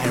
And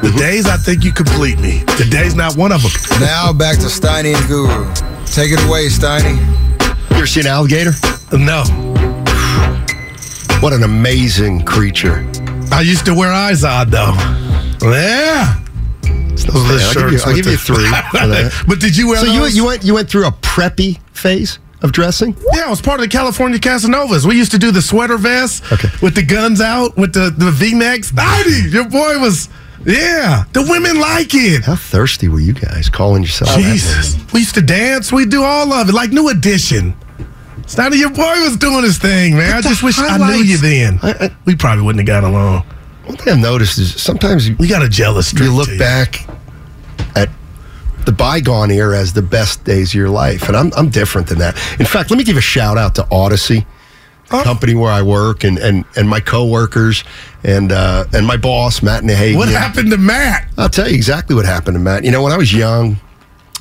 The Mm-hmm. days I think you complete me. Today's not one of them. Now back to Steiny and Guru. Take it away, Steiny. You ever seen alligator? No. What an amazing creature. I used to wear eyes on though. Yeah. Those little I'll shirts. Give you, I'll give you three. but did you wear? So those? you you went you went through a preppy phase of dressing? Yeah, it was part of the California Casanovas. We used to do the sweater vests okay. with the guns out, with the, the V necks. Ninety, your boy was. Yeah, the women like it. How thirsty were you guys calling yourself? Jesus, we used to dance. We do all of it, like New Edition. Sonny, your boy was doing his thing, man. But I just wish I knew you then. I, I, we probably wouldn't have got along. One thing I've noticed is sometimes we got a jealous. You look you. back at the bygone era as the best days of your life, and I'm I'm different than that. In fact, let me give a shout out to Odyssey. Oh. company where I work and and and my coworkers and uh, and my boss Matt Nahagan. What happened to Matt? I'll tell you exactly what happened to Matt. You know, when I was young,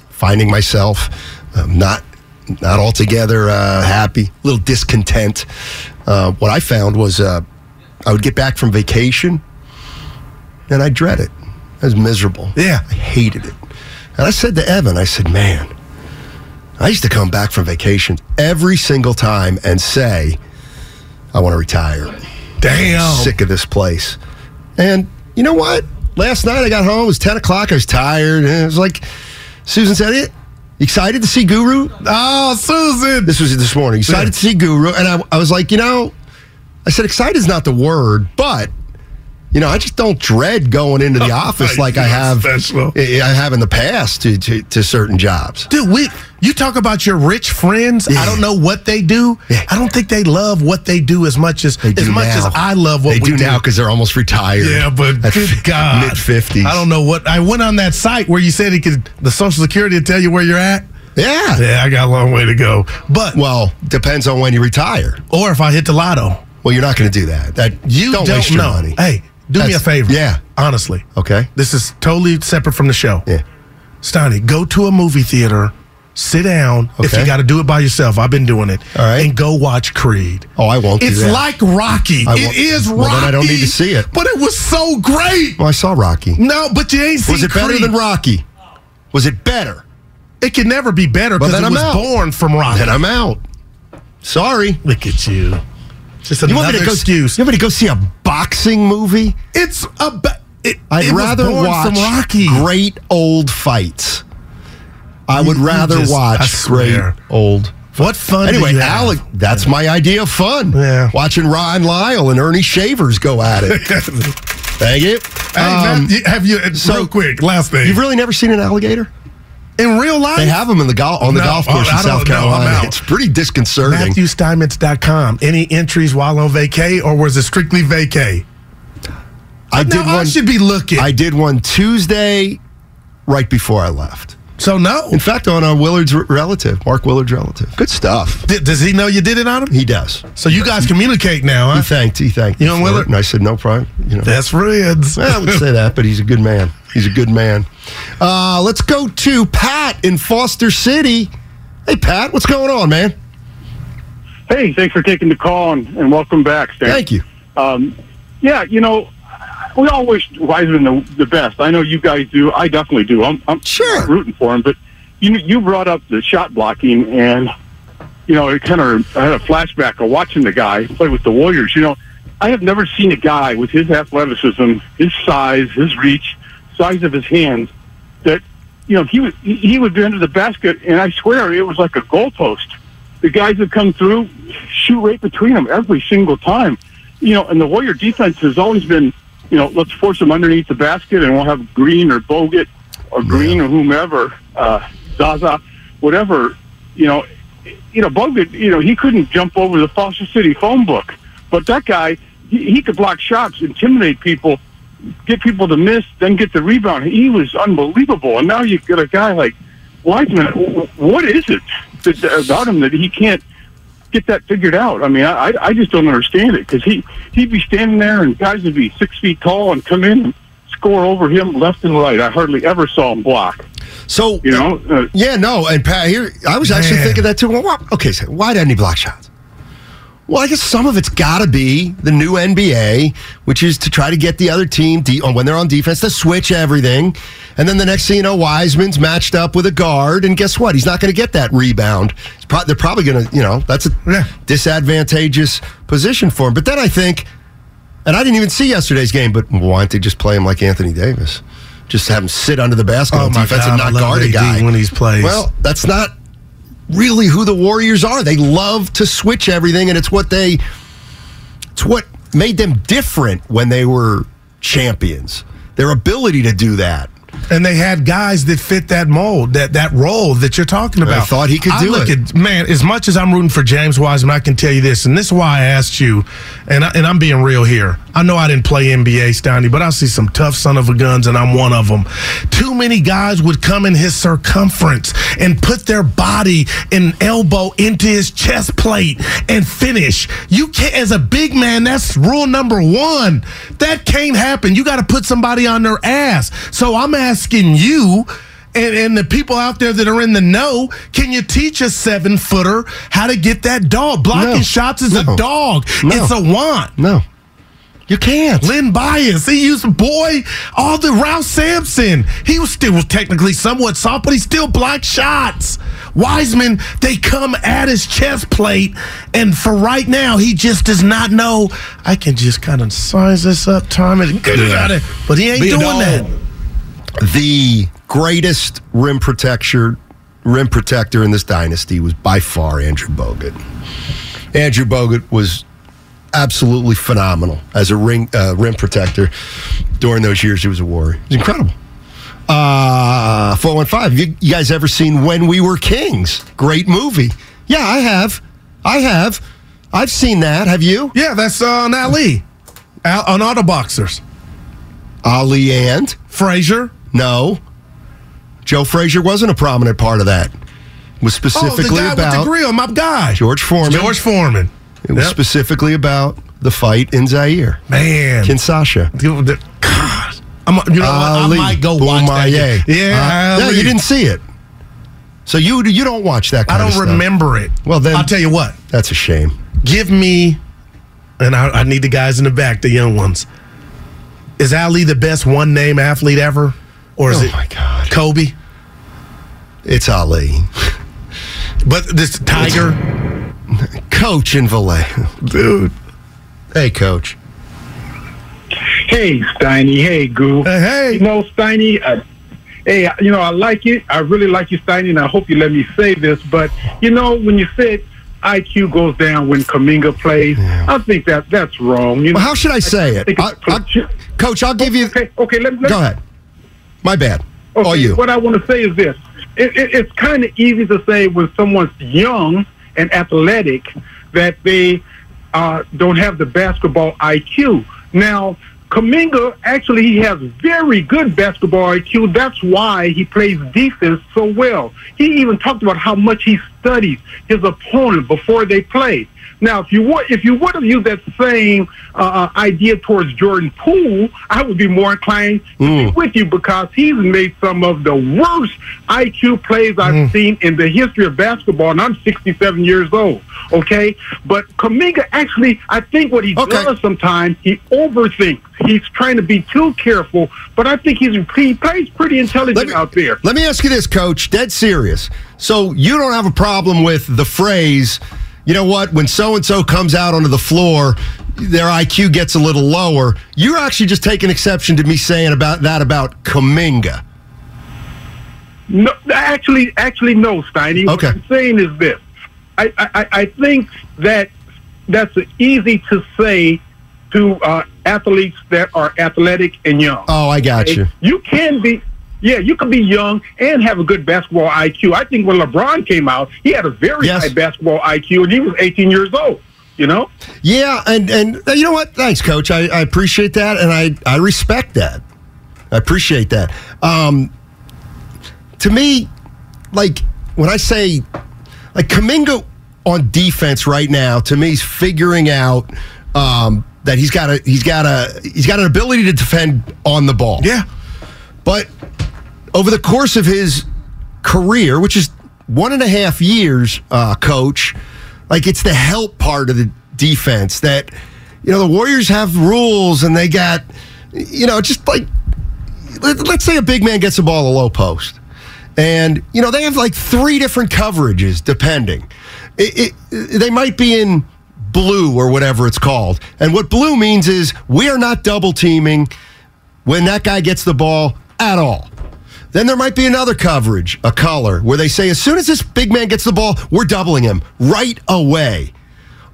finding myself um, not not altogether uh, happy, a little discontent. Uh, what I found was uh, I would get back from vacation and I dread it. I was miserable. Yeah, I hated it. And I said to Evan, I said, "Man." I used to come back from vacation every single time and say, I want to retire. Damn. I'm sick of this place. And you know what? Last night I got home, it was 10 o'clock, I was tired. And it was like, Susan said it. Excited to see Guru? Oh, Susan. This was this morning. Excited yeah. to see Guru. And I, I was like, you know, I said, excited is not the word, but. You know, I just don't dread going into the oh, office like I have special. I have in the past to, to, to certain jobs. Dude, we you talk about your rich friends. Yeah. I don't know what they do. Yeah. I don't think they love what they do as much as as much now. as I love what they we do, do. now because they're almost retired. Yeah, but good God, mid fifties. I don't know what I went on that site where you said it could the Social Security would tell you where you're at. Yeah, yeah, I got a long way to go. But well, depends on when you retire or if I hit the lotto. Well, you're not going to do that. That you don't, don't waste your know. money. Hey, do That's, me a favor. Yeah, honestly. Okay, this is totally separate from the show. Yeah, Stoney, go to a movie theater sit down okay. if you got to do it by yourself. I've been doing it. All right, and go watch Creed. Oh, I won't. It's like Rocky. It is Rocky. Well, I don't need to see it. But it was so great. Well, I saw Rocky. No, but you ain't seen. Was it Creed. better than Rocky? Was it better? It can never be better because well, it I'm was out. born from Rocky. Then I'm out. Sorry. Look at you. Just another you want me to go, excuse. You want me to go see a boxing movie? It's a. Ba- it, I'd it rather watch great old fights. I would rather just, watch great old. What fun? Anyway, Alec, that's yeah. my idea of fun. Yeah. Watching Ron Lyle and Ernie Shavers go at it. Thank you. Hey, um, man, have you so real quick? Last thing. You've really never seen an alligator in real life? They have them in the gol- on the no, oh, golf course I, I in South Carolina. No, it's pretty disconcerting. MatthewStymets.com. Any entries while on vacay, or was it strictly vacay? I did no, one. I should be looking. I did one Tuesday, right before I left. So no. In fact, on uh, Willard's relative, Mark Willard's relative. Good stuff. D- does he know you did it on him? He does. So you guys communicate now. Huh? He thanked. He thanked. You know Willard, and I said no problem. You know that's friends. I would say that, but he's a good man. He's a good man. Uh, let's go to Pat in Foster City. Hey, Pat, what's going on, man? Hey, thanks for taking the call and, and welcome back, Stan. Thank you. Um, yeah, you know, we all wish Wiseman the, the best. I know you guys do. I definitely do. I'm, I'm sure. rooting for him. But you you brought up the shot blocking, and you know, it kind of I had a flashback of watching the guy play with the Warriors. You know, I have never seen a guy with his athleticism, his size, his reach, size of his hands, that you know he would he- he would be under the basket, and I swear it was like a goalpost. The guys that come through shoot right between them every single time. You know, and the Warrior defense has always been, you know, let's force them underneath the basket, and we'll have Green or Bogut or Green or whomever, uh, Zaza, whatever. You know, you know, Bogut, you know, he couldn't jump over the Foster City phone book, but that guy, he, he could block shots, intimidate people, get people to miss, then get the rebound. He was unbelievable. And now you've got a guy like Wiseman. W- What is it that, about him that he can't get that figured out? I mean, I, I- I just don't understand it because he, he'd be standing there and guys would be six feet tall and come in and score over him left and right. I hardly ever saw him block. So, you know, uh, Yeah, no, and Pat, here I was actually thinking that too. Well, why, okay, so why doesn't he block shots? Well, I guess some of it's got to be the new NBA, which is to try to get the other team de- when they're on defense to switch everything, and then the next thing you know, Wiseman's matched up with a guard, and guess what? He's not going to get that rebound. It's prob- they're probably going to, you know, that's a disadvantageous position for him. But then I think, and I didn't even see yesterday's game, but why don't they just play him like Anthony Davis? Just have him sit under the basket Oh on my defense God, and I not love guard a AD guy when he's plays. Well, that's not really who the Warriors are. They love to switch everything, and it's what they it's what made them different when they were champions. Their ability to do that. And they had guys that fit that mold, that that role that you're talking I about. thought he could I do look it. At, man, as much as I'm rooting for James Wiseman, I can tell you this, and this is why I asked you, and I, and I'm being real here. I know I didn't play NBA, Stoney, but I see some tough son of a guns, and I'm one of them. Too many guys would come in his circumference and put their body and elbow into his chest plate and finish. You can't, as a big man, that's rule number one. That can't happen. You got to put somebody on their ass. So I'm asking you and, and the people out there that are in the know, can you teach a seven footer how to get that dog? Blocking No. shots is No. a dog. No. It's a want. No. You can't. Lynn Bias, he used boy, all the Ralph Sampson. He was still was technically somewhat soft, but he still blocked shots. Wiseman, they come at his chest plate, and for right now, he just does not know. I can just kind of size this up, time it, get it out of there. But he ain't Be a doing dog. that. The greatest rim protector rim protector in this dynasty was by far Andrew Bogut. Andrew Bogut was absolutely phenomenal as a ring uh, rim protector during those years he was a warrior. He's incredible. Uh 415. You, you guys ever seen When We Were Kings? Great movie. Yeah, I have. I have. I've seen that. Have you? Yeah, that's on Ali. Al, on Autoboxers. Ali and Frazier. No, Joe Frazier wasn't a prominent part of that. It was specifically oh, the guy about with the grill, my guy. George Foreman. George Foreman. It was specifically about the fight in Zaire. Man, Kinshasa. God, I'm, you know Ali what? I might go watch that. Boumaier. game. Yeah, Uh, yeah, Ali. you didn't see it, so you you don't watch that. I Kind of don't stuff. remember it. Well, then I'll tell you what. That's a shame. Give me, and I, I need the guys in the back, the young ones. Is Ali the best one name athlete ever, or is Oh it my God. Kobe? It's Ali, But this Tiger. coach in Vallejo, dude. Hey, coach. Hey, Steiny. Hey, Goo. hey. You know, Steiny, uh, hey, you know, I like it. I really like you, Steiny, and I hope you let me say this. But, you know, when you said IQ goes down when Kaminga plays, I think that that's wrong. You Well, know? how should I say it? think I, it's I, coach, I'll give you. Okay, okay let, let, Go ahead. My bad. Okay, All you. What I want to say is this: it, it, it's kind of easy to say when someone's young and athletic that they uh, don't have the basketball IQ. Now, Kaminga actually he has very good basketball IQ. That's why he plays defense so well. He even talked about how much he studies his opponent before they play. Now, if you would, if you would have used that same uh, uh, idea towards Jordan Poole, I would be more inclined to be Mm. with you because he's made some of the worst IQ plays I've Mm. seen in the history of basketball, and I'm 67 years old. Okay, but Kaminga actually, I think what he does sometimes he overthinks. He's trying to be too careful, but I think he's he plays pretty intelligent out there. Let me ask you this, Coach. Dead serious. So you don't have a problem with the phrase, you know what, when so and so comes out onto the floor, their IQ gets a little lower. You're actually just taking exception to me saying about that about Kaminga. No, actually, actually, no, Steiny. What I'm saying is this: I, I, I think that that's easy to say to uh, athletes that are athletic and young. Oh, I got you. You can be, yeah, you can be young and have a good basketball IQ. I think when LeBron came out, he had a very high basketball IQ, and he was 18 years old. You know? Yeah, and and uh, you know what? Thanks, Coach. I, I appreciate that, and I I respect that. I appreciate that. Um, to me, like when I say, like Kaminga on defense right now, to me, he's figuring out um, that he's got a he's got a he's got an ability to defend on the ball. Yeah, but over the course of his career, which is one and a half years, uh, coach, like it's the help part of the defense that you know the Warriors have rules and they got you know just like let, let's say a big man gets the ball at a low post. And, you know, they have like three different coverages depending. It, it, they might be in blue or whatever it's called. And what blue means is we are not double teaming when that guy gets the ball at all. Then there might be another coverage, a color, where they say as soon as this big man gets the ball, we're doubling him right away.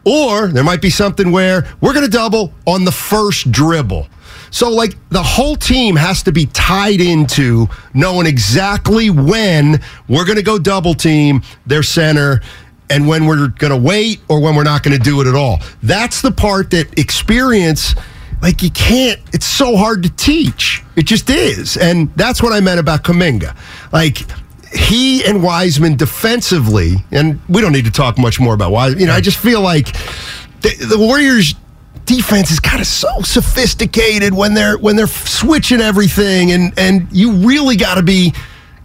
Or there might be something where we're going to double on the first dribble. So, like, the whole team has to be tied into knowing exactly when we're going to go double team their center and when we're going to wait or when we're not going to do it at all. That's the part that experience, like, you can't, it's so hard to teach. It just is. And that's what I meant about Kaminga. Like, he and Wiseman defensively, and we don't need to talk much more about Wiseman. You know, I just feel like the, the Warriors' defense is kind of so sophisticated when they're when they're switching everything, and and you really got to be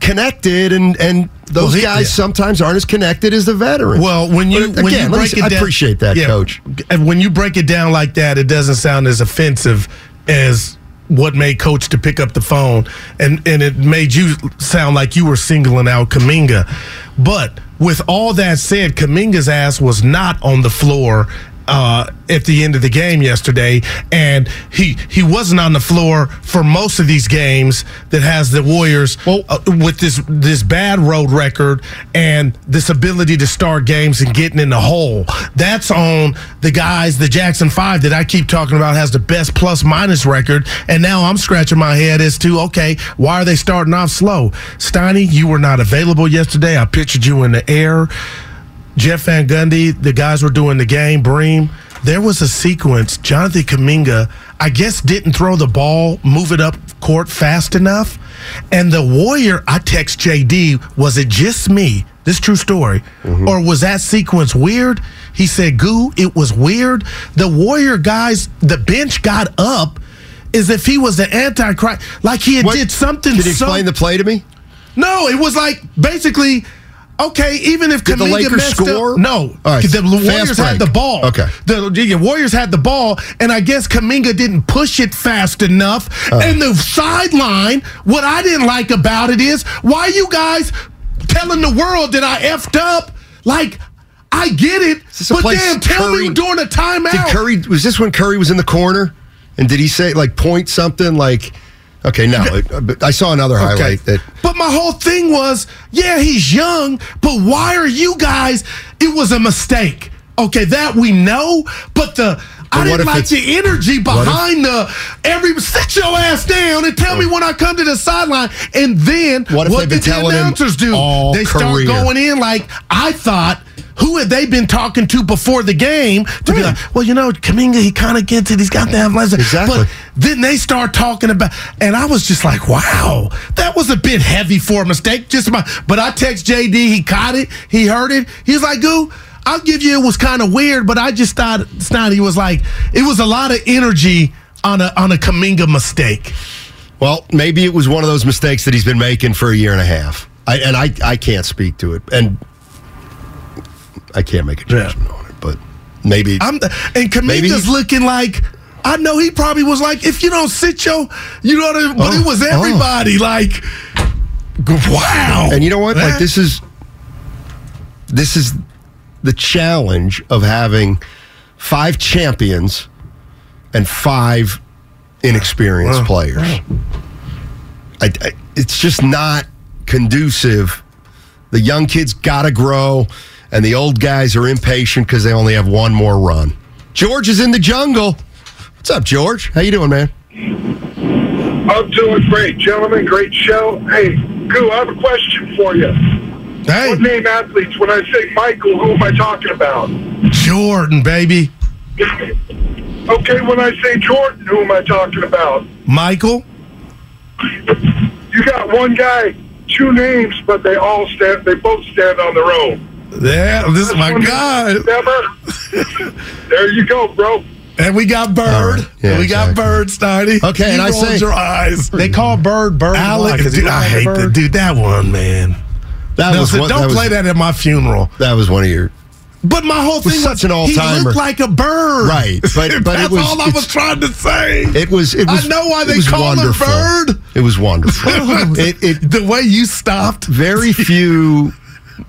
connected, and and those Well, he- guys yeah. sometimes aren't as connected as the veterans. Well, when you But when again, you let me break say- it I down, appreciate that, yeah, coach. And when you break it down like that, it doesn't sound as offensive as what made coach to pick up the phone and and it made you sound like you were singling out Kaminga. But with all that said, Kaminga's ass was not on the floor uh, at the end of the game yesterday, and he he wasn't on the floor for most of these games that has the Warriors uh, with this this bad road record and this ability to start games and getting in the hole. That's on the guys, the Jackson Five that I keep talking about has the best plus minus record, and now I'm scratching my head as to okay, why are they starting off slow? Steiny, you were not available yesterday. I pictured you in the air. Jeff Van Gundy, the guys were doing the game, Bream. There was a sequence. Jonathan Kaminga, I guess, didn't throw the ball, move it up court fast enough. And the Warrior, I text JD, was it just me? This true story. Mm-hmm. Or was that sequence weird? He said, Goo, it was weird. The Warrior guys, the bench got up as if he was the Antichrist, like he had did something. Can you so- explain the play to me? No, it was like basically, okay, even if Did the Kaminga Lakers messed up- score? no, All right, the fast Warriors break. had the ball. Okay. the, the Warriors had the ball, and I guess Kaminga didn't push it fast enough. Uh. And the sideline, what I didn't like about it is why you guys telling the world that I effed up, like. I get it, this a but place damn, tell Curry- me during a timeout. Did Curry was this when Curry was in the corner, and did he say like point something like? Okay, no, it- but I saw another highlight that But my whole thing was, yeah, he's young, but why are you guys? It was a mistake. Okay, that we know, but the I But what didn't if like it's- the energy what if- behind the every sit your ass down and tell me when I come to the sideline. And then What if they've been did the telling him announcers do? all they start career? going in like I thought. Who had they been talking to before the game to be like, well, you know, Kaminga, he kind of gets it. He's got to have lessons. Exactly. But then they start talking about, and I was just like, wow, that was a bit heavy for a mistake. Just my, but I text JD, he caught it, he heard it. He's like, goo, I'll give you, it was kind of weird, but I just thought, Snotty was like, it was a lot of energy on a, on a Kaminga mistake. Well, maybe it was one of those mistakes that he's been making for a year and a half. I, and I, I can't speak to it, and I can't make a judgment on it. But maybe I'm the, and Maybe Kaminga's he- looking like I know he probably was like, if you don't sit your, you know, what I- but Oh, it was oh. everybody like, wow. Eh? And you know what? Like That- this is this is the challenge of having five champions and five inexperienced players. I, I- it's just not conducive. The young kids got to grow, and the old guys are impatient because they only have one more run. George is in the jungle. What's up, George? How you doing, man? I'm doing Oh, great, gentlemen. Great show. Hey, Goo, I have a question for you. Hey. What name athletes? When I say Michael, who am I talking about? Jordan, baby. Okay, when I say Jordan, who am I talking about? Michael. You got one guy, two names, but they all stand. They both stand on their own. Yeah, this is my guy. there you go, bro. And we got Bird. Yeah, we got Bird, Steiny. Okay, You and I rolled say your eyes. They call Bird Bird. Why? 'Cause he dude, looked I like a hate that. bird? Dude, that one, man. That No, was so one, don't that was- play that at my funeral. That was one of your. But my whole was thing such an all-timer. He looked like a bird, Right, but- but it that's was- all I it's- was trying to say. It was. It I was. know why it they was call him wonderful. Bird. It was wonderful. it, it, the way you stopped. Very few.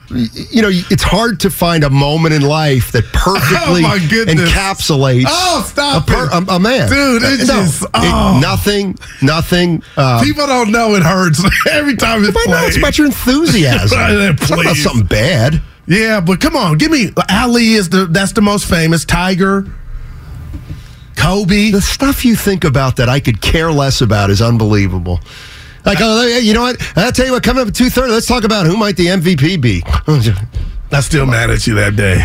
You know, it's hard to find a moment in life that perfectly Oh, my goodness. encapsulates Oh, stop a, per- it. a, a man, Dude, it Uh, no, just- oh. nothing, nothing. Uh, People don't know it hurts every time it's I know played. it's about your enthusiasm. It's not about Please. something bad. Yeah, but come on, give me Ali is the that's the most famous Tiger. Kobe. The stuff you think about that I could care less about is unbelievable. Like, oh, yeah, you know what? I'll tell you what, coming up at 2.30, let's talk about who might the MVP be. I still mad at you that day.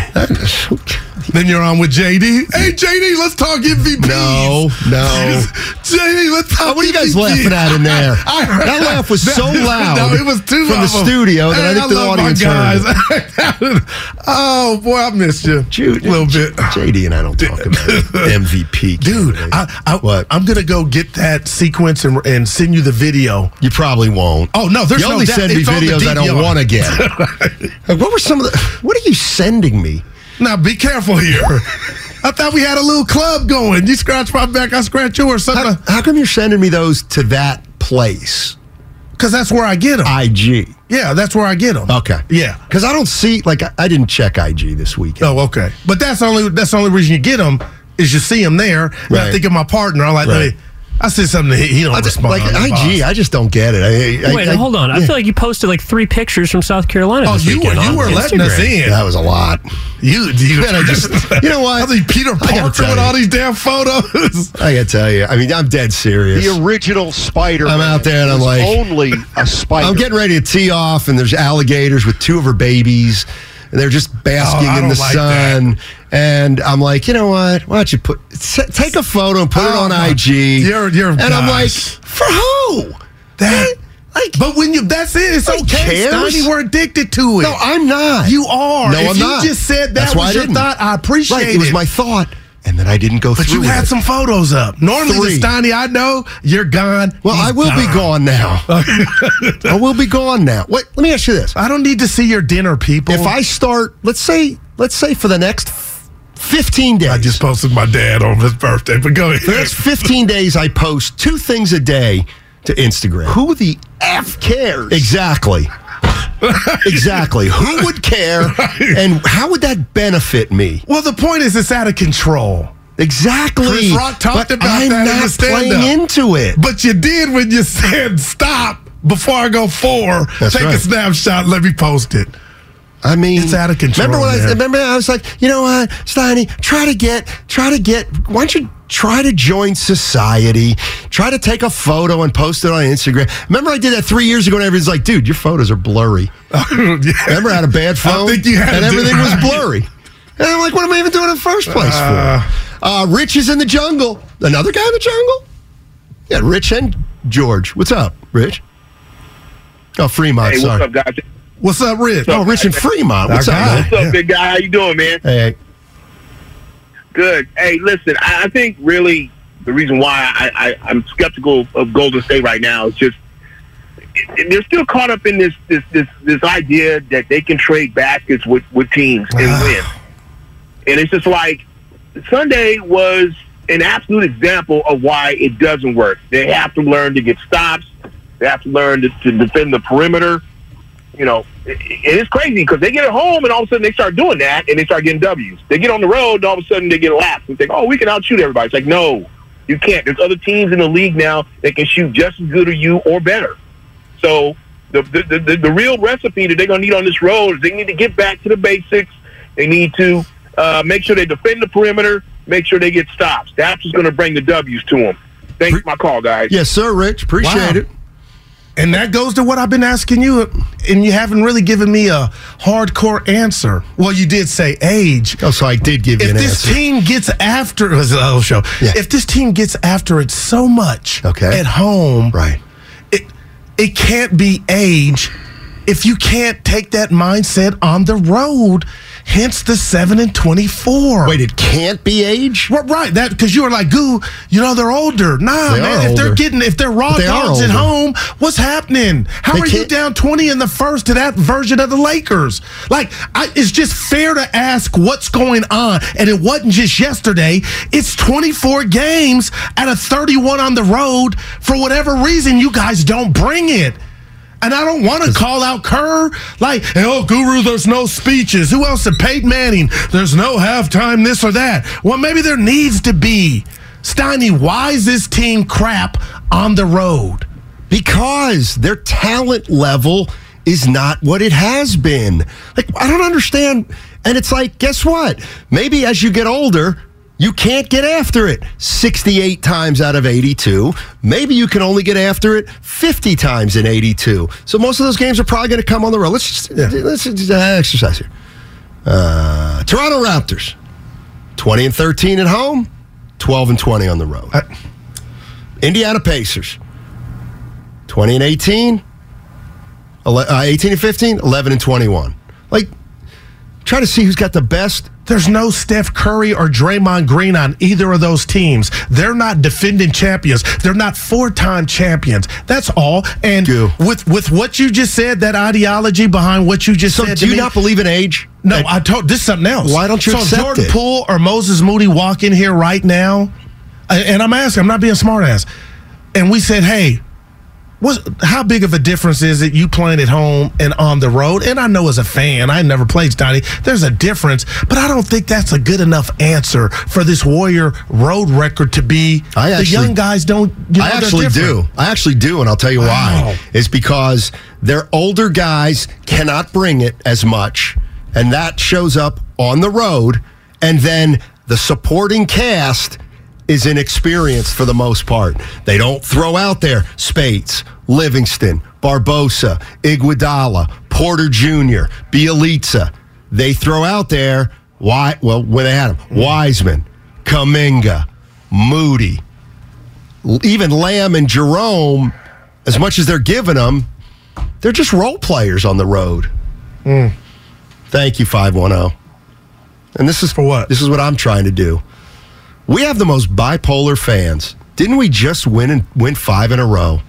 then you're on with JD. Hey JD, let's talk MVP. No, no. JD, let's talk. Oh, what are you guys MVP. laughing at in there? I heard that laugh was so No, loud. No, it was too from the of them. studio that Hey, I think the love my audience heard. it. guys. oh boy, I missed you. Dude, a little bit. JD and I don't talk about MVP. Dude, candidate. I, I, I'm gonna go get that sequence and, and send you the video. you probably won't. Oh no, there's you no only doubt. send me It's on the videos I don't DVR. want to get. Like, what were some of the? What are you sending me? Now be careful here. I thought we had a little club going. You scratch my back, I scratch yours. How, how come you're sending me those to that place? Because that's where I get them. IG. yeah, that's where I get them. Okay. Yeah. Because I don't see. Like, I, I didn't check IG this weekend. Oh, okay. But that's the only that's the only reason you get them is you see them there. And I Right. think of my partner. I'm like, Right. hey, I said something that he, he don't I just, respond. like to, IG, boss. I just don't get it. I, I, Wait, I- hold on. I yeah. feel like you posted like three pictures from South Carolina. Oh, this you were weekend you on were letting us Instagram. in. that was a lot. You, you, Man, I just- you know what? I think Peter gotta Parker tell with you. all these damn photos. I gotta tell you, I mean, I'm dead serious. The original spider I'm out there and I'm like- only a spider. I'm getting ready to tee off, and there's alligators with two of her babies, and they're just basking Oh, I in the don't like sun. And I'm like, you know what? Why don't you put s- take a photo and put it Oh, on my- IG? You're- you're- and I'm like, gosh. for who? That, like, but when you that's it, it's Nobody okay. cares. Stoney, we're addicted to it. No, I'm not. You are. No, if I'm you not. just said that That's why I was your didn't. thought, I appreciate Right, it was my thought, and then I didn't go But through. you with had it. some photos up. Normally, Three. the Stoney I know, you're gone. Well, He's I will be gone now. I will be gone now. Wait, let me ask you this: I don't need to see your dinner, people. If I start, let's say, let's say for the next 15 days, I just posted my dad on his birthday, but go For the ahead. next 15 days, I post two things a day to Instagram. Who the F cares? Exactly. exactly. Who would care? And how would that benefit me? Well, the point is, it's out of control. Exactly. Chris Rock talked But about I'm that in not his stand-up. playing into it. But you did when you said stop before I go four. That's Take a right. snapshot. Let me post it. I mean, It's out of control, Remember when I man. remember I was like, you know what, Steiny, try to get, try to get. Why don't you try to join society? Try to take a photo and post it on Instagram. Remember I did that three years ago, and everyone's like, dude, your photos are blurry. Oh, Remember I had a bad phone, think you had and to do everything right. was blurry. And I'm like, what am I even doing in the first place Uh. for? Uh, Rich is in the jungle. Another guy in the jungle. Yeah, Rich and George. What's up, Rich? Oh, Fremont. Hey, what's sorry. up, guys? What's up, Rich? Oh, Rich and Fremont. What's up, Our guy. man? What's up, big guy? How you doing, man? Hey, Good. Hey, listen, I, I think really the reason why I, I, I'm skeptical of Golden State right now is just it- they're still caught up in this this this, this idea that they can trade baskets with, with teams and win. And it's just like Sunday was an absolute example of why it doesn't work. They have to learn to get stops. They have to learn to, to defend the perimeter. you know, it, it is crazy because they get at home and all of a sudden they start doing that and they start getting W's. They get on the road and all of a sudden they get laps and think, oh, we can outshoot everybody. It's like, no, you can't. There's other teams in the league now that can shoot just as good as you or better. So the the, the, the, the real recipe that they're going to need on this road is they need to get back to the basics. They need to uh, make sure they defend the perimeter, make sure they get stops. That's what's going to bring the W's to them. Thanks for my call, guys. Yes, sir, Rich. Appreciate Wow. it. And that goes to what I've been asking you, and you haven't really given me a hardcore answer. Well, you did say age. Oh, so I did give you if an this answer. team gets after it was the whole show. If this team gets after it so much Okay. at home, right? It it can't be age if you can't take that mindset on the road. Hence the seven and twenty four. Wait, it can't be age. Right, right. That because you were like, "Goo, you know they're older." Nah, They man. are If they're older. getting, if they're raw But they are dogs at older. home, what's happening? How They are you can't- down twenty in the first to that version of the Lakers? Like, I, it's just fair to ask what's going on, and it wasn't just yesterday. It's twenty four games out of thirty one on the road. For whatever reason, you guys don't bring it. And I don't want to call out Kerr. Like, oh, Guru, there's no speeches. Who else? did Peyton Manning. There's no halftime, this or that. Well, maybe there needs to be. Steiny, why is this team crap on the road? Because their talent level is not what it has been. Like, I don't understand. And it's like, guess what? Maybe as you get older, you can't get after it 68 times out of 82. Maybe you can only get after it 50 times in 82. So most of those games are probably going to come on the road. Let's just, let's just uh, exercise here. Uh, Toronto Raptors, 20 and 13 at home, 12 and 20 on the road. Indiana Pacers, 20 and 18, ele- uh, 18 and 15, 11 and 21. Like, try to see who's got the best. There's no Steph Curry or Draymond Green on either of those teams. They're not defending champions. They're not four-time champions. That's all. And with with what you just said, that ideology behind what you just So said. to do you me- not believe in age? No, I told this is something else. Why don't you So if accept Jordan it? Poole or Moses Moody walk in here right now, a- and I'm asking, I'm not being smart ass. And we said, hey, what's how big of a difference is it you playing at home and on the road? And I know as a fan, I never played Donnie, there's a difference, but I don't think that's a good enough answer for this Warrior road record to be I the actually- young guys don't you know, I they're actually do. different. I actually do, and I'll tell you why. It's because their older guys cannot bring it as much, and that shows up on the road, and then the supporting cast is inexperienced for the most part. They don't throw out there Spates, Livingston, Barbosa, Iguodala, Porter Jr., Bielitsa. They throw out there why well when they had them Wiseman, Kaminga, Moody, even Lamb and Jerome, as much as they're giving them, they're just role players on the road. Mm. Thank you, 510. And this is for what? This is what I'm trying to do. We have the most bipolar fans. Didn't we just win and win five in a row?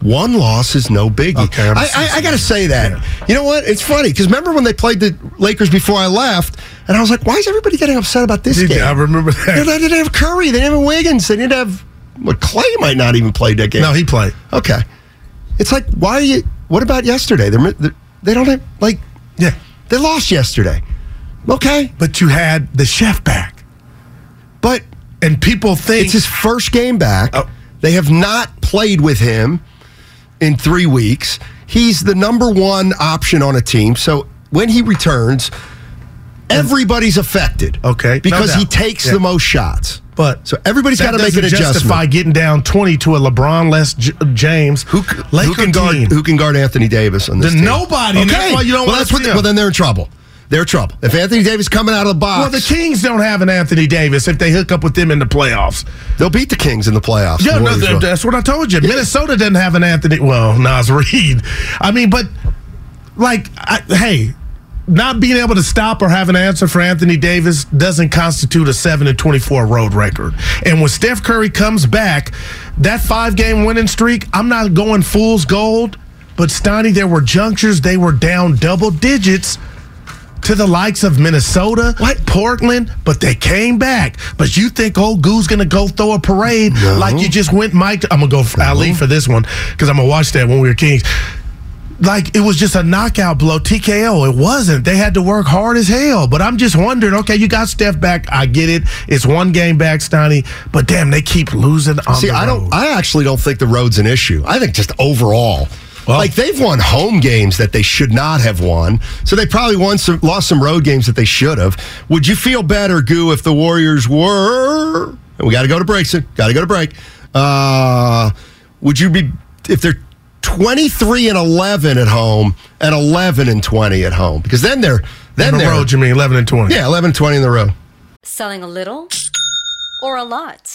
One loss is no biggie. I, I, I got to say that. You know what? It's funny because remember when they played the Lakers before I left, and I was like, "Why is everybody getting upset about this Dude, game?" I remember You know, that. they didn't have Curry. They didn't have Wiggins. They didn't have. Well, Clay might not even play that game. No, he played. Okay. It's like, why are you. What about yesterday? They're, they're, they don't have. Like, yeah. They lost yesterday. Okay. But you had the chef back. But. And people think. Oh. It's his first game back. They have not played with him in three weeks. He's the number one option on a team. So when he returns, everybody's affected. Okay. Because No he doubt. takes Yeah. the most shots. But so everybody's got to make an adjustment. Justify getting down twenty to a LeBron less J- James who, who can guard who can guard Anthony Davis on this Then team? nobody, and that's why you don't well, wanna that's what- see him. well, then they're in trouble. They're in trouble. If Anthony Davis coming out of the box, Well, the Kings don't have an Anthony Davis if they hook up with them in the playoffs. they'll beat the Kings in the playoffs. Yeah, The no, Warriors that- will. that's what I told you. Minnesota doesn't have an Anthony. Well, Nas Reed. I mean, but like, I, hey, not being able to stop or have an answer for Anthony Davis doesn't constitute a seven and twenty-four road record. And when Steph Curry comes back, that five-game winning streak, I'm not going fool's gold. But Stoney, there were junctures they were down double digits to the likes of Minnesota, Portland, but they came back. But you think old Goo's gonna go throw a parade like you just went Mike? I'm gonna go for Ali for this one because I'm gonna watch that when we were Kings. like it was just a knockout blow. TKO. It wasn't. They had to work hard as hell. But I'm just wondering. Okay, you got Steph back. I get it. It's one game back, Stoney. But damn, they keep losing. On See, the I don't. I actually don't think the road's an issue. I think just overall. like they've won home games that they should not have won, so they probably won some, lost some road games that they should have. Would you feel better, Goo, if the Warriors were? And we got to go to breaks. Got to go to break. Uh, would you be if they're twenty three and eleven at home and eleven and twenty at home? Because then they're then the they're, road, you mean 11 and 20? Yeah, eleven and twenty in the road. Selling a little or a lot?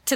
to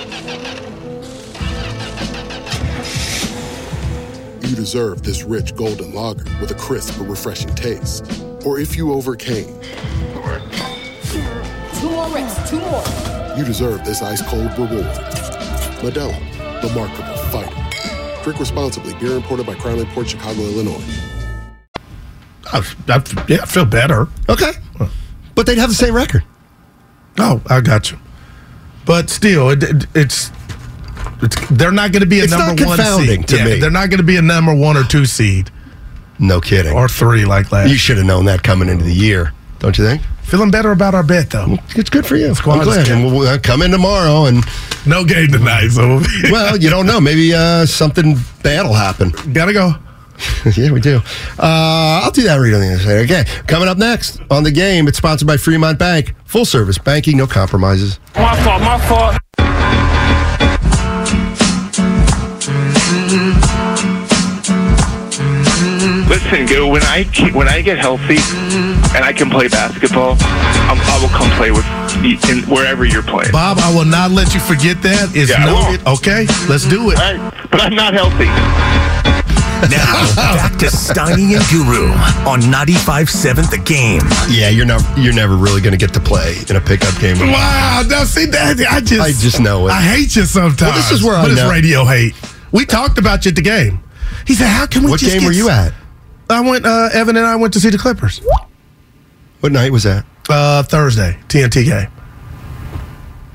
you deserve this rich golden lager with a crisp but refreshing taste. Or if you overcame, Two more reps, two more. you deserve this ice cold reward. Medella, the mark of a fighter. Drink responsibly. Beer imported by Crown Port Chicago, Illinois. I, I, yeah, I feel better. Okay. But they'd have the same record. Oh, I got you. But still, it, it- it's, it's they're not going to be a It's not number one confounding seed. to Yeah, me. They're not going to be a number one or two seed. No kidding. Or three like last. You should have known that coming into the year, don't you think? Feeling better about our bet though. It's good for you. Squad I'm glad. And we'll, we'll come in tomorrow and no game tonight. So well, you don't know. Maybe uh, something bad will happen. Gotta go. yeah, we do. Uh, I'll do that read on the other side. Okay, coming up next on the game. It's sponsored by Fremont Bank. Full service banking, no compromises. My fault, my fault. Listen, Goo, when I ke- when I get healthy and I can play basketball, I'm, I will come play with you in, wherever you're playing. Bob, I will not let you forget that. It's Yeah, I noted. Okay, let's do it. But I'm not healthy. Now, back to Steiny and Guru on 95.7 The Game. Yeah, you're not. You're never really going to get to play in a pickup game. Wow, now see that I just I just know it. I hate you sometimes. Well, this is where I but it's know- radio hate. We talked about you at the game. He said, "How can we?" What just game get were you at? I went. Uh, Evan and I went to see the Clippers. What night was that? Uh, Thursday TNT game.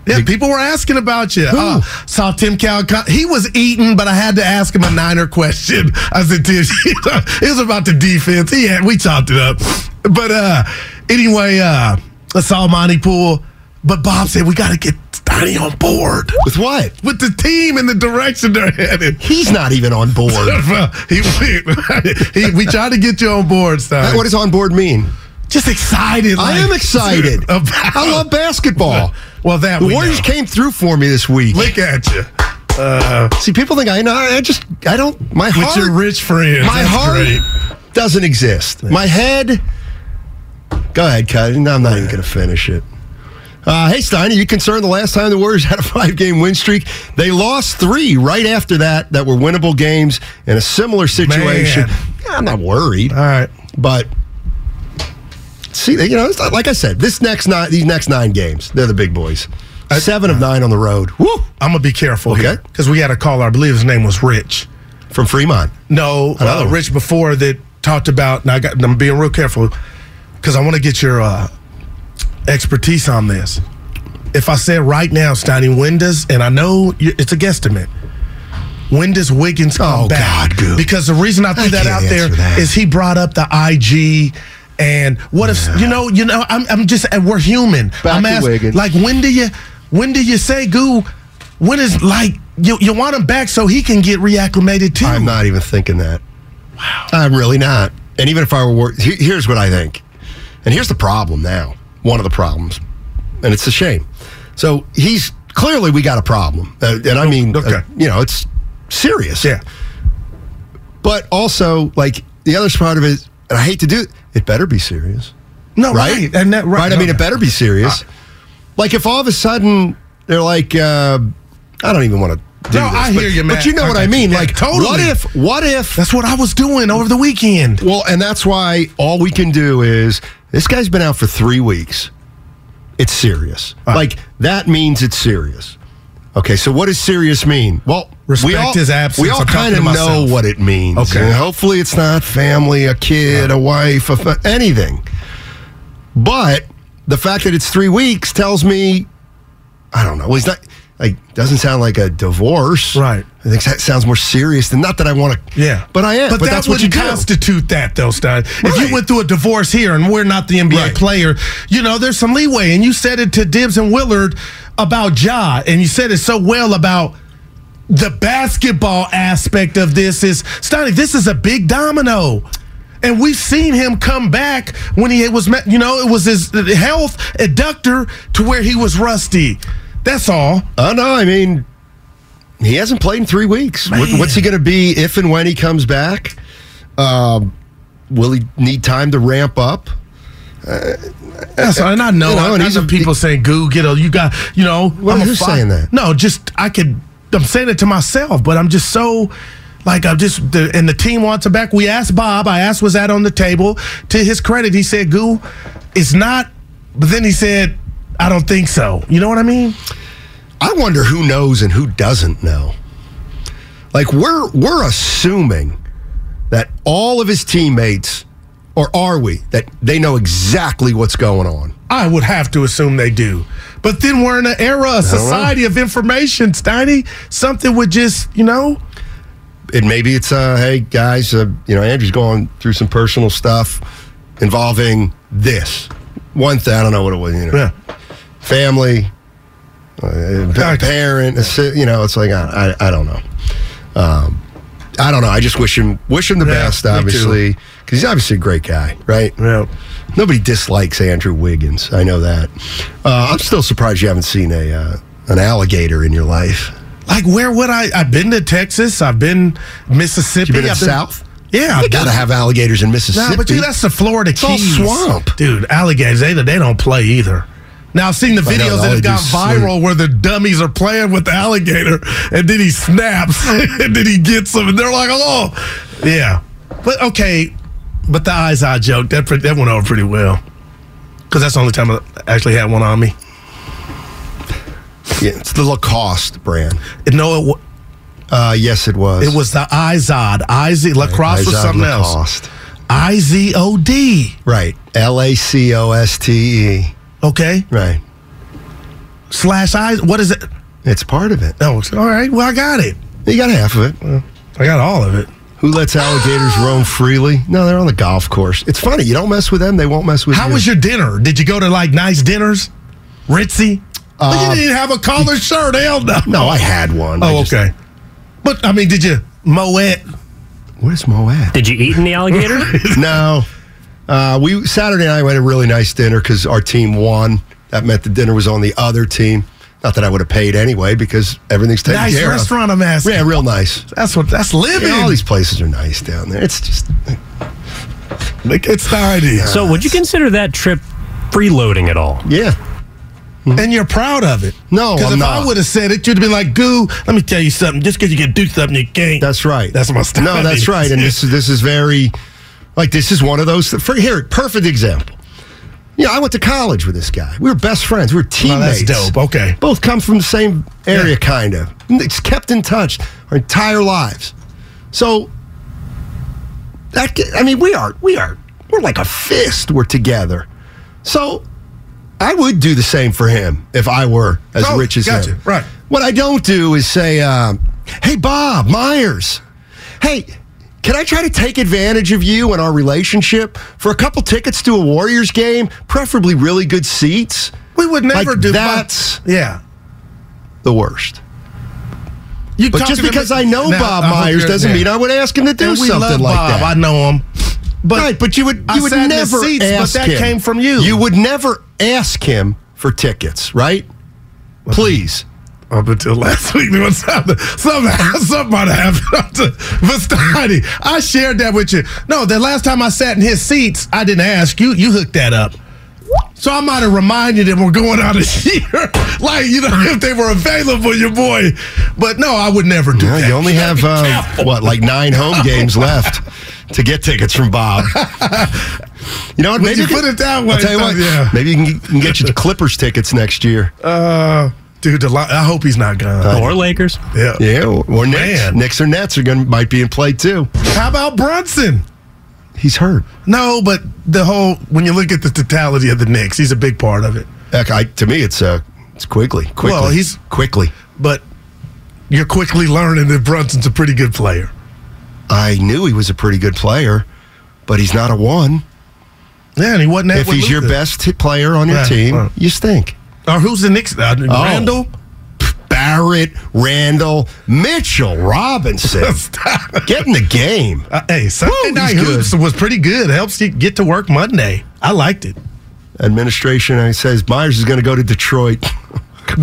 Yeah, people were asking about you. Uh, saw Tim Cal. He was eating, but I had to ask him a Niner question. I said, Tim, it was about the defense. He had, we chopped it up. But uh, anyway, uh, I saw Monty Pool. But Bob said, we got to get Stoney on board. With what? With the team and the direction they're headed. He's not even on board. he, he- we tried to get you on board, Stoney. What does on board mean? Just excited. I am like, excited. about- I love basketball. Well, that the we Warriors know. came through for me this week. Look at you. Uh, See, people think I know. I just, I don't. My With heart, your rich friends, my that's heart great. doesn't exist. My head. Go ahead, cut. it. No, I'm not even going to finish it. Uh, hey, Stein, are you concerned the last time the Warriors had a five game win streak? They lost three right after that that were winnable games in a similar situation. Man. Yeah, I'm not worried. All right. But see, you know, it's not- like I said, this next nine, these next nine games, they're the big boys. Seven of nine on the road. Woo! I'm gonna be careful here because we had a caller. I believe his name was Rich from Fremont. No, Another uh, one. Rich before that talked about. And I got, I'm being real careful because I want to get your uh, expertise on this. If I said right now, Steiny, when does and I know you- it's a guesstimate. When does Wiggins come oh, back? God, Because the reason I threw I that can't out there answer is that. he brought up the IG and what if you know you know I'm I'm just and we're human. I'm to Wiggins. like when do you when do you say goo? When is like you you want him back so he can get reacclimated too? I'm not even thinking that. Wow. I'm really not. And even if I were, wor- he- here's what I think. And here's the problem now. One of the problems, and it's a shame. So he's clearly we got a problem, uh, and Oh, I mean, uh, you know, it's serious. Yeah. But also, like the other part of it, and I hate to do it. It better be serious. No, right? And that, right. right. Ah. I mean, it better be serious. like if all of a sudden they're like, uh, I don't even want to. Do No, this, I but- hear you, man. But you know I what got I you. mean. Yeah, like, totally. what if? What if? That's what I was doing over the weekend. Well, and that's why all we can do is this guy's been out for three weeks. It's serious. Uh. Like that means it's serious. Okay, so what does serious mean? Well, we Respect all, his absence. We all I'm talking kind of to know myself. what it means. Okay. Uh. And hopefully, it's not family, a kid, a wife, a fa- anything. But the fact that it's three weeks tells me, I don't know. It's not like doesn't sound like a divorce, right? I think that sounds more serious than not that I want to. Yeah, but I am. But, But that that's what you wouldn't do. constitute that, though, Stein. If you went through a divorce here, and we're not the NBA player, you know, there's some leeway. And you said it to Dibbs and Willard about Ja, and you said it so well about the basketball aspect of this. Is Stein? This is a big domino. And we've seen him come back when he was, met- you know, it was his health adductor to where he was rusty. That's all. Oh no, I mean, he hasn't played in three weeks. What, what's he going to be if and when he comes back? Um, will he need time to ramp up? Uh, That's all, and I know. You know, I, and I he's know people saying, "Goo, get a you got you know." Well, who's fi-" saying that? No, just I could. I'm saying it to myself, but I'm just so like I'm just the, and the team wants it back. We asked Bob. I asked was that on the table. To his credit, he said, "Goo, it's not." But then he said, "I don't think so." You know what I mean? I wonder who knows and who doesn't know. Like we're we're assuming that all of his teammates, or are we, that they know exactly what's going on. I would have to assume they do. But then we're in an era, a society of information, Steiny. Something would just, you know. and maybe it's uh, hey guys, uh, you know Andrew's going through some personal stuff involving this one thing. I don't know what it was. You know, family, uh, pa- parent. assi- You know, it's like I, I, I don't know. Um, I don't know. I just wish him wish him the Yeah, best, me too. obviously, because he's obviously a great guy, right? Yeah. Nobody dislikes Andrew Wiggins. I know that. Uh, I'm still surprised you haven't seen a uh, an alligator in your life. Like where would I? I've been to Texas. I've been Mississippi. You been in I've South? Yeah, you gotta have alligators in Mississippi. No, but dude, that's the Florida It's all Keys. swamp. dude. Alligators, they they don't play either. Now I've seen the I know, videos all that they have do gone is viral where the dummies are playing with the alligator, and then he snaps, and then he gets them, and they're like, "Oh, yeah." But okay, but the eyes eye joke that pre- that went over pretty well because that's the only time I actually had one on me. Yeah, it's the Lacoste brand. No, it wa- uh, yes, it was. It was the Izod. Iz lacrosse was Izod something Lacoste. else. I Z O D. right. L A C O S T E. Okay. Right. Slash I. What is it? It's part of it. Oh, it's- all right. Well, I got it. You got half of it. I got all of it. Who lets alligators roam freely? No, they're on the golf course. It's funny. You don't mess with them; they won't mess with How you. was your dinner? Did you go to like nice dinners? Ritzy? But you didn't even have a collar shirt. Hell no. Uh, No, I had one. I Oh, just- okay. But I mean, did you Moet? Where's Moet? Did you eat in the alligator? no. Uh, we Saturday night we had a really nice dinner because our team won. That meant the dinner was on the other team. Not that I would have paid anyway because everything's taken Nice care of. restaurant, I'm asking. Yeah, real nice. That's what. That's living. Yeah, all these places are nice down there. It's just it's the idea. So, would you consider that trip freeloading at all? Yeah. And you're proud of it. Mm-hmm. No, Because if I'm not. I would have said it, you'd have been like, "Goo, let me tell you something. Just because you can do something, you can't." That's right. That's my style. No, that's right. And this is this is very like this is one of those. For here, perfect example. Yeah, I went to college with this guy. We were best friends. We were Well, teammates. that's dope. Okay. Both come from the same area, kind of. It's kept in touch our entire lives. So that ca- I mean, we are we are we're like a fist. We're together. So I would do the same for him if I were as Oh, rich as gotcha. him. Right. What I don't do is say, um, "Hey, Bob Myers, hey." Can I try to take advantage of you and our relationship for a couple tickets to a Warriors game, preferably really good seats? We would never Like, do that's Yeah. the worst. You But talk just to them- because I know Now, Bob I hope Myers you're- doesn't yeah. mean I would ask him to do And we something love like Bob. that. I know him. But right, but you would I you would sat in his never seats, but ask that him. came from you. You would never ask him for tickets, right? Please. Up until last week, there was something, something, something might have happened. Vastani, I shared that with you. No, the last time I sat in his seats, I didn't ask you. You hooked that up. So I might have reminded him we're going out of here. like, you know, if they were available, your boy. But no, I would never do No, that. you only have uh, what, like nine home games left to get tickets from Bob. you know what? When you can- put it that way, I'll tell you what, so- yeah. Maybe you can, can get you the Clippers tickets next year. Uh, Uh, dude, the, Li- I hope he's not gone. Or Lakers? yeah. Yeah, or, or Knicks. Man. Knicks or Nets are gonna might be in play too. How about Brunson? He's hurt. No, but the whole when you look at the totality of the Knicks, he's a big part of it. Heck, I, to me, it's uh, it's quickly, quickly. Well, he's- quickly. But you're quickly learning that Brunson's a pretty good player. I knew he was a pretty good player, but he's not a one. Yeah, and he wasn't that if with he's your Luka. best hit player on your Right, team, right. you stink. Oh. Or who's the Knicks? Uh, Randall? Barrett, Randall, Mitchell Robinson. Get in the game. Uh, hey, Sunday Woo, Night he's good. Hoops was pretty good. Helps you get to work Monday. I liked it. Administration uh, says Myers is going to go to Detroit. Yeah, Now at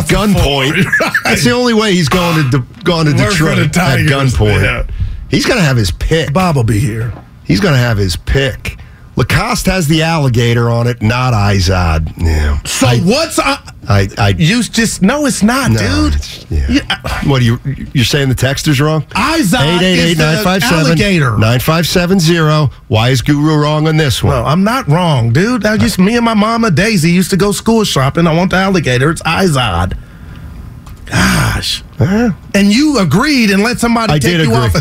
it's a gunpoint. four. Right. That's the only way he's going to de- going to Work for Detroit the at Tigers, gunpoint. yeah. He's going to have his pick. Bob will be here. He's going to have his pick. Lacoste has the alligator on it, not Izod. Yeah. So what's uh, I, I you just no, it's not, No, it's- dude. uh, yeah. Yeah, What are you? You're saying the texter's wrong? Izod is the 888-957-9570. alligator. 9570. Why is Guru wrong on this one? No, I'm not wrong, dude. I just me and my mama Daisy used to go school shopping. I want the alligator. It's Izod. Gosh. Uh-huh. And you agreed and let somebody I take did you agree. off.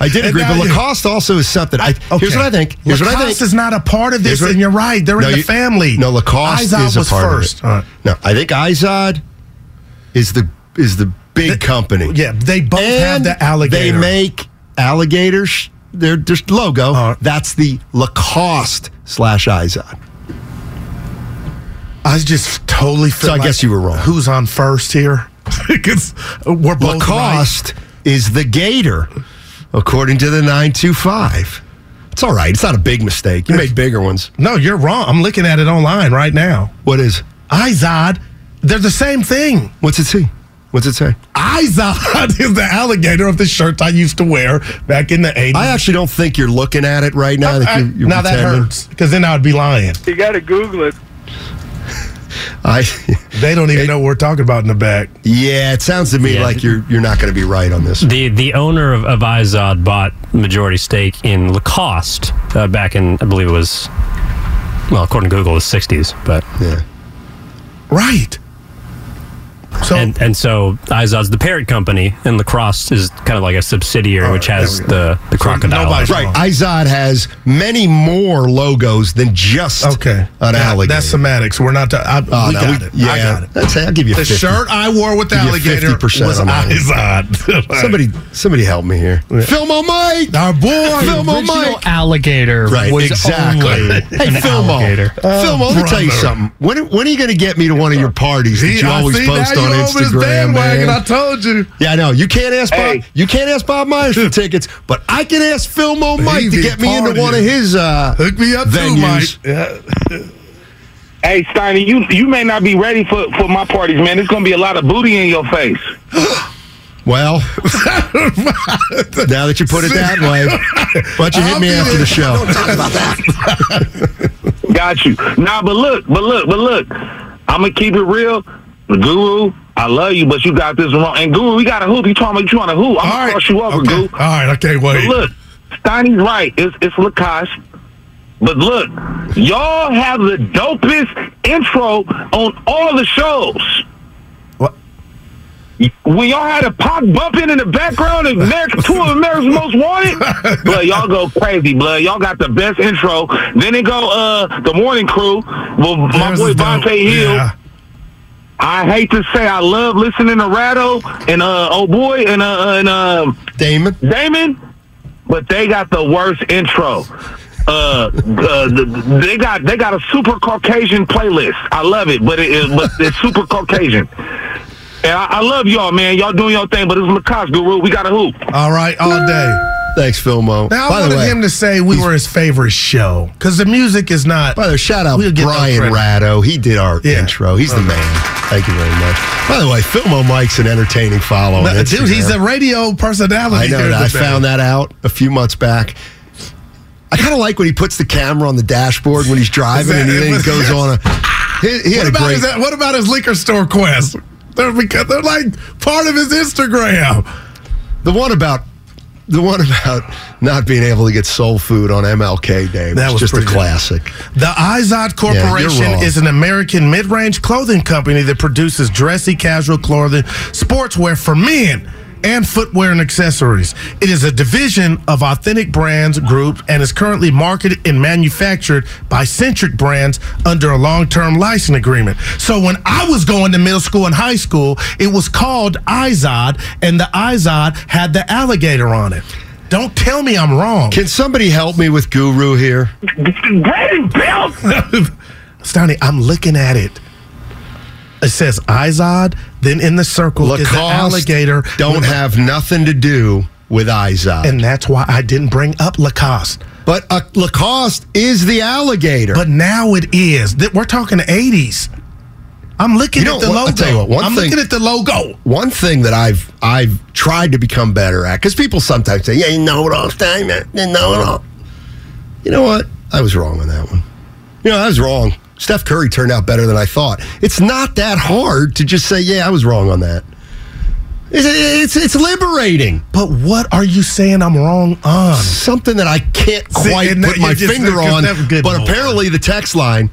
I did And agree. now But you- Lacoste also is something. I, Okay. Here's what I think. Here's Lacoste what I think. is not a part of this, Here's what- and you're right. They're No, in the you- family. No, Lacoste Izod is a was part first. of it. All right. No, I think Izod is the is the big company. Yeah, they both have and the alligator. They make alligators. Their their logo. All right. That's the Lacoste slash Izod. I just totally feel So I like guess you were wrong. Who's on first here? Because we're both Lacoste is the gator, according to the 925. It's all right. It's not a big mistake. You made bigger ones. right. No, you're wrong. I'm looking at it online right now. What is? Izod, they're the same thing. What's it say? What's it say? Izod is the alligator of the shirt I used to wear back in the 80s. I actually don't think you're looking at it right now. I think I- you're, you're now that pretending. hurts because then I would be lying. You got to Google it. I, They don't even know what we're talking about in the back. yeah, it sounds to me Yeah. like you're you're not going to be right on this. The the owner of, of Izod bought majority stake in Lacoste uh, back in I believe it was well according to Google the 60s but Yeah. Right. So and and so Izod's the parent company and Lacoste is kind of like a subsidiary All which right, has there we go. the the crocodile. nobody's- Right. wrong. Izod has many more logos than just okay, That- an alligator. That's semantics. We're not. Ta- I, Oh, we no, got we- it. Yeah, I got it. I'd say I'll give you The 50. shirt I wore with the Give you alligator 50% was on that one. Izod. Right. Somebody, somebody help me here. Filmo Mike, Our boy. Filmo Original Mike, Alligator. Right, was exactly. only hey, an Filmo, alligator. Filmo, let me tell you brother. something. When, when are you going to get me to one of your parties that He- you I always see, post now on you're over his Instagram, bandwagon, man? I told you. yeah, I know. You can't ask Hey. Bob. You can't ask Bob Myers for tickets, but I can ask Filmo He Mike to be get me into one of partying. his uh, Hook me up venues. too, Mike. Yeah. Hey, Steiny, you you may not be ready for, for my parties, man. There's gonna be a lot of booty in your face. Well, now that you put it that way, why don't you hit me after the show? Got you. Nah, but look, but look, but look. I'm gonna keep it real, Guru. I love you, but you got this wrong. And Guru, we got a hoop. You talking about you trying to hoop? I'm gonna cross you over, Guru. All right, I can't But wait. look, Steiny's right. It's it's Lacoste. But look, y'all have the dopest intro on all the shows. What? When y'all had a pop bumping in the background of America, two of America's Most Wanted, blood, y'all go crazy, blood. Y'all got the best intro. Then it go uh the Morning Crew with my boy Vontae Hill. I hate to say I love listening to Ratto and uh oh boy and uh and um Damon Damon, but they got the worst intro. Uh, uh the, they got they got a super Caucasian playlist. I love it, but it is but it's super Caucasian. And I, I love y'all, man. Y'all doing your thing, but it's Lacoste Guru. We got a hoop. All right, all day. Thanks, Filmo. Now, I By the wanted way- him to say we were his favorite show because the music is not. By the way, shout out We'll get no Brian credit. Ratto. He did our intro. He's the man. Thank you very much. By the way, Filmo Mike's an entertaining follow. on No, dude, he's Instagram. a radio personality. I know Here's that. the I thing. found that out a few months back. I kind of like when he puts the camera on the dashboard when he's driving, Is that- and he, then he goes on a. He, what he had a about great. his what about his liquor store quest? They're, beca- they're like part of his Instagram. The one about the one about not being able to get soul food on MLK Day That was was, just a pretty good. classic. The Izod Yeah, you're Corporation wrong. is an American mid-range clothing company that produces dressy casual clothing, sportswear for men, and footwear and accessories. It is a division of Authentic Brands Group and is currently marketed and manufactured by Centric Brands under a long-term license agreement. So when I was going to middle school and high school, it was called Izod, and the Izod had the alligator on it. Don't tell me I'm wrong. Can somebody help me with Guru here? Stoney, I'm looking at it. It says Izod, then in the circle is the Lacoste alligator. don't with a- have nothing to do with Izod. and that's why I didn't bring up Lacoste. But uh, Lacoste is the alligator. But now it is. Th- We're talking 80s. I'm looking You at know, the one- logo. I'll tell you what, one I'm thing- looking at the logo. One thing that I've I've tried to become better at, because people sometimes say, "Yeah, you know it all, Stein, man. You know it all." You know what? I was wrong on that one. You know, I was wrong. Steph Curry turned out better than I thought. It's not that hard to just say, "Yeah, I was wrong on that." It's it's, it's liberating. But what are you saying I'm wrong on? Something that I can't See, quite and that- put my you just- finger because on, that- but good Lord. apparently the text line,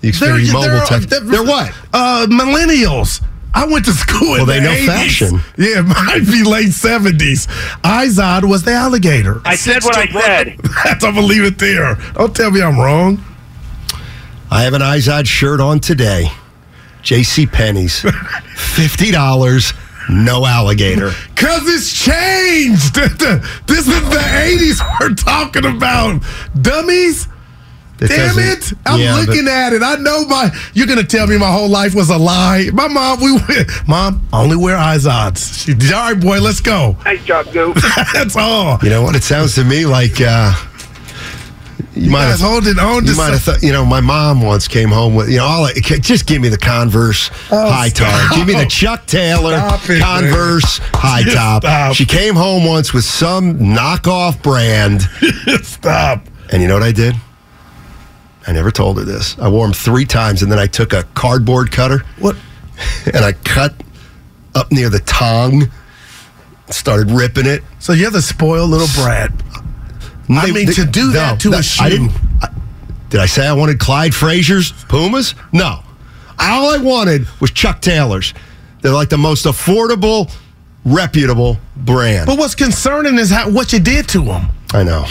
the Xfinity mobile text, they're- they're what? Uh, millennials. I went to school Well, in the they know 80s. fashion. Yeah, it might be late 70s. Izod was the alligator. I said what I said. That's, I'm going to leave it there. Don't tell me I'm wrong. I have an Izod shirt on today. J.C. Penney's, fifty dollars, no alligator. Cause it's changed. this is the eighties we're talking about, dummies. It Damn it! doesn't- I'm yeah, but- looking at it. I know my. You're gonna tell me my whole life was a lie. My mom, we went. Mom, I only wear eyes odds. She, all right, boy, let's go. Nice job, Goo. That's all. You know what? It sounds to me like uh, you, might guys have holding on to You might have some- thought. You know, my mom once came home with you know. All, just give me the Converse high top. Oh, stop. Give me the Chuck Taylor Stop it, man. Converse high Just top. stop. She came home once with some knockoff brand, Stop. and you know what I did? I never told her this. I wore them three times, and then I took a cardboard cutter. What? and I cut up near the tongue, started ripping it. So you're the spoiled little brat. I mean, to do that to a shoe. I didn't, I, did I say I wanted Clyde Frazier's Pumas? No. All I wanted was Chuck Taylor's. They're like the most affordable, reputable brand. But what's concerning is how what you did to him, I know.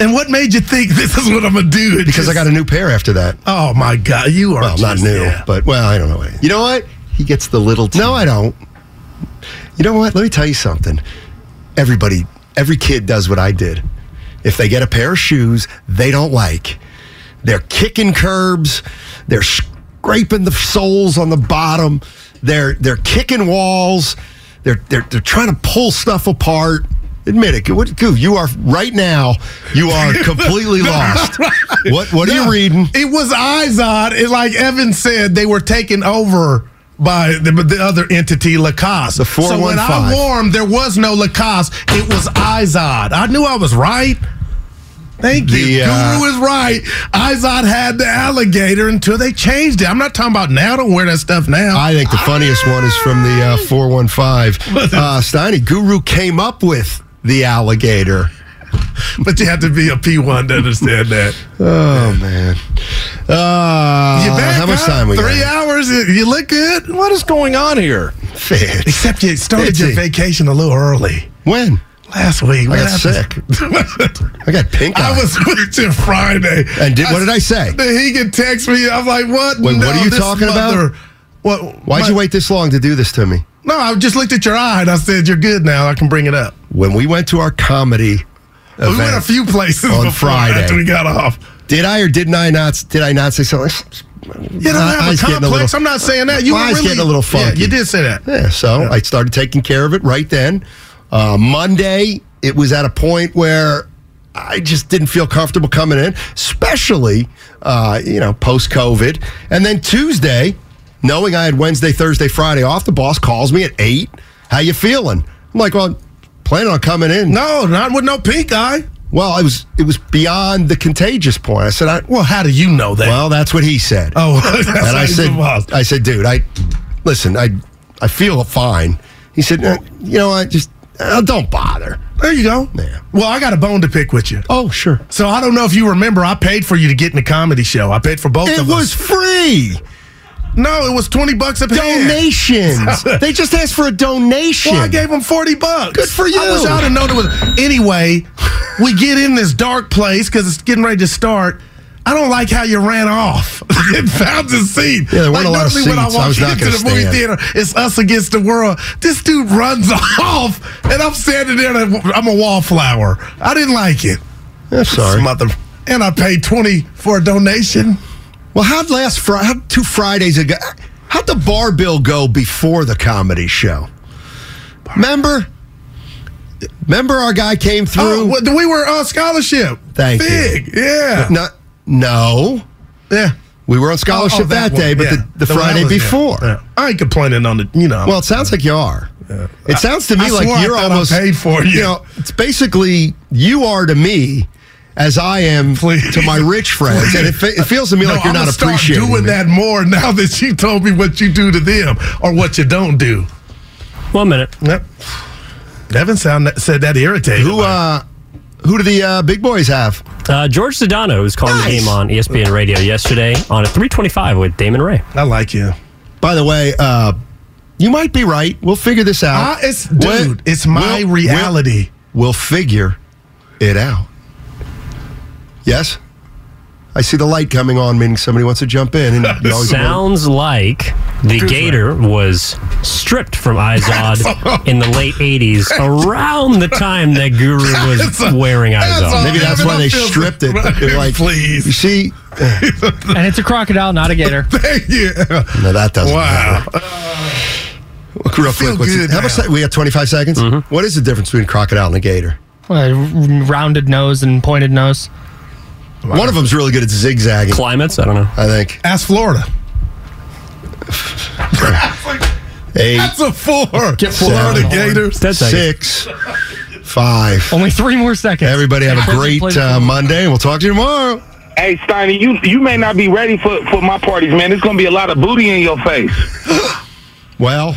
and what made you think this is what I'm gonna do. It Because I just- got a new pair after that. Oh my God, you are Well, not just- new, yeah. but well, I don't know. What it- you know what? He gets the little. No, I don't. You know what? Let me tell you something. Everybody, every kid does what I did. If they get a pair of shoes they don't like, they're kicking curbs, they're scraping the soles on the bottom, they're they're kicking walls, they're they're, they're trying to pull stuff apart. Admit it, What- Goo. You are right now. You are completely lost. What What are you reading? It was Izod. It, like Evan said, they were taken over by the, the other entity, Lacoste. The So when I 415. warmed, there was no Lacoste. It was Izod. I knew I was right. Thank you. The, uh, Guru is right. Izod had the alligator until they changed it. I'm not talking about now. I don't wear that stuff now. I think the funniest one is from the uh, 415. Uh, Steiny, Guru came up with the alligator. But you have to be a P1 to understand that. Oh, man. Uh, You back, how much huh? time we Three got? hours. You look good. What is going on here? Except you started your Fitzy. vacation a little early. When? Last week. I What got happened? I got pink eye. I was with you Friday. And did- what did I say? He could text me. I'm like, what? Wait, No, what are you this talking mother- about? What? Why'd my- you wait this long to do this to me? No, I just looked at your eye and I said, you're good now. I can bring it up. When we went to our comedy we went a event few places on before Friday, after we got off. Did I or did I not? Did I not say something? You don't My have a eye's getting complex. little- I'm not saying that. You my were eyes really, getting a little Yeah, funky. you did say that. Yeah, so I started taking care of it right then. Uh, Monday, it was at a point where I just didn't feel comfortable coming in, especially uh, you know post COVID. And then Tuesday, knowing I had Wednesday, Thursday, Friday off, the boss calls me at eight. How you feeling? I'm like, well, planning on coming in. No, not with no pink eye. Well, it was it was beyond the contagious point. I said, I, well, how do you know that? Well, that's what he said. Oh, that's and how I he's said, the boss. I said, dude, I listen, I I feel fine. He said, "Uh, you know, I just uh, don't bother. There you go. Well, I got a bone to pick with you. Oh, sure. So I don't know if you remember, I paid for you to get in the comedy show. I paid for both It of was us. free. No, it was 20 bucks a head. Donations. they just asked for a donation. Well, I gave him 40 bucks. Good for I wish you. I'd have known it was. Anyway, we get in this dark place because it's getting ready to start. I don't like how you ran off and found the seat. Yeah, there weren't like, a lot of normally when I seats. I walk was not into the gonna movie stand. theater, it's us against the world. This dude runs off, and I'm standing there. And I'm a wallflower. I didn't like it. I'm sorry. Mother, and I paid twenty for a donation. Well, how'd last Friday? How, two Fridays ago? How'd the bar bill go before the comedy show? Remember? Remember our guy came Oh, through. what- we were on scholarship. Thank Big, you. yeah. No, no. Yeah. We were on scholarship Oh, oh, that, one, day, but yeah. the, the, one I Friday was in. before. Yeah. I ain't complaining on the, you know. Well, it sounds like you are. It sounds to I me like swore I you're thought I almost paid for you. know, it's basically you are to me as I am to my rich friends, and it, fe- it feels to me No, like you're I'ma not start appreciating doing me. that more now that you told me what you do to them or what you don't do. One minute. Yep. Devin sound, said that irritated. Who uh, who do the uh, big boys have? Uh, George Sedano was calling the game on E ESPN Radio yesterday on at 325 with Damon Ray. I like you. By the way, uh, you might be right. We'll figure this out. Ah, it's dude. it's my reality. We'll, we'll figure it out. Yes, I see the light coming on, meaning somebody wants to jump in. And you always- Sounds like the gator was stripped from Izod in the late 80s around the time that Guru was wearing Izod. Maybe that's why they stripped it. They're like, please. You see, and it's a crocodile, not a gator. Thank you. no, that doesn't. Wow. Uh, Look real quick. what's good it, how much? now. time- We have twenty five seconds. What is the difference between a crocodile and a gator? Well, r- rounded nose and pointed nose. One of them's really good at zigzagging. Climates? I don't know. I think Uh, Ask Florida. eight. That's a four. Get Florida Gators. Six, five. Only three more seconds. Everybody have a great uh, Monday. We'll talk to you tomorrow. Hey, Steiny, you you may not be ready for, for my parties, man. There's gonna be a lot of booty in your face. Well.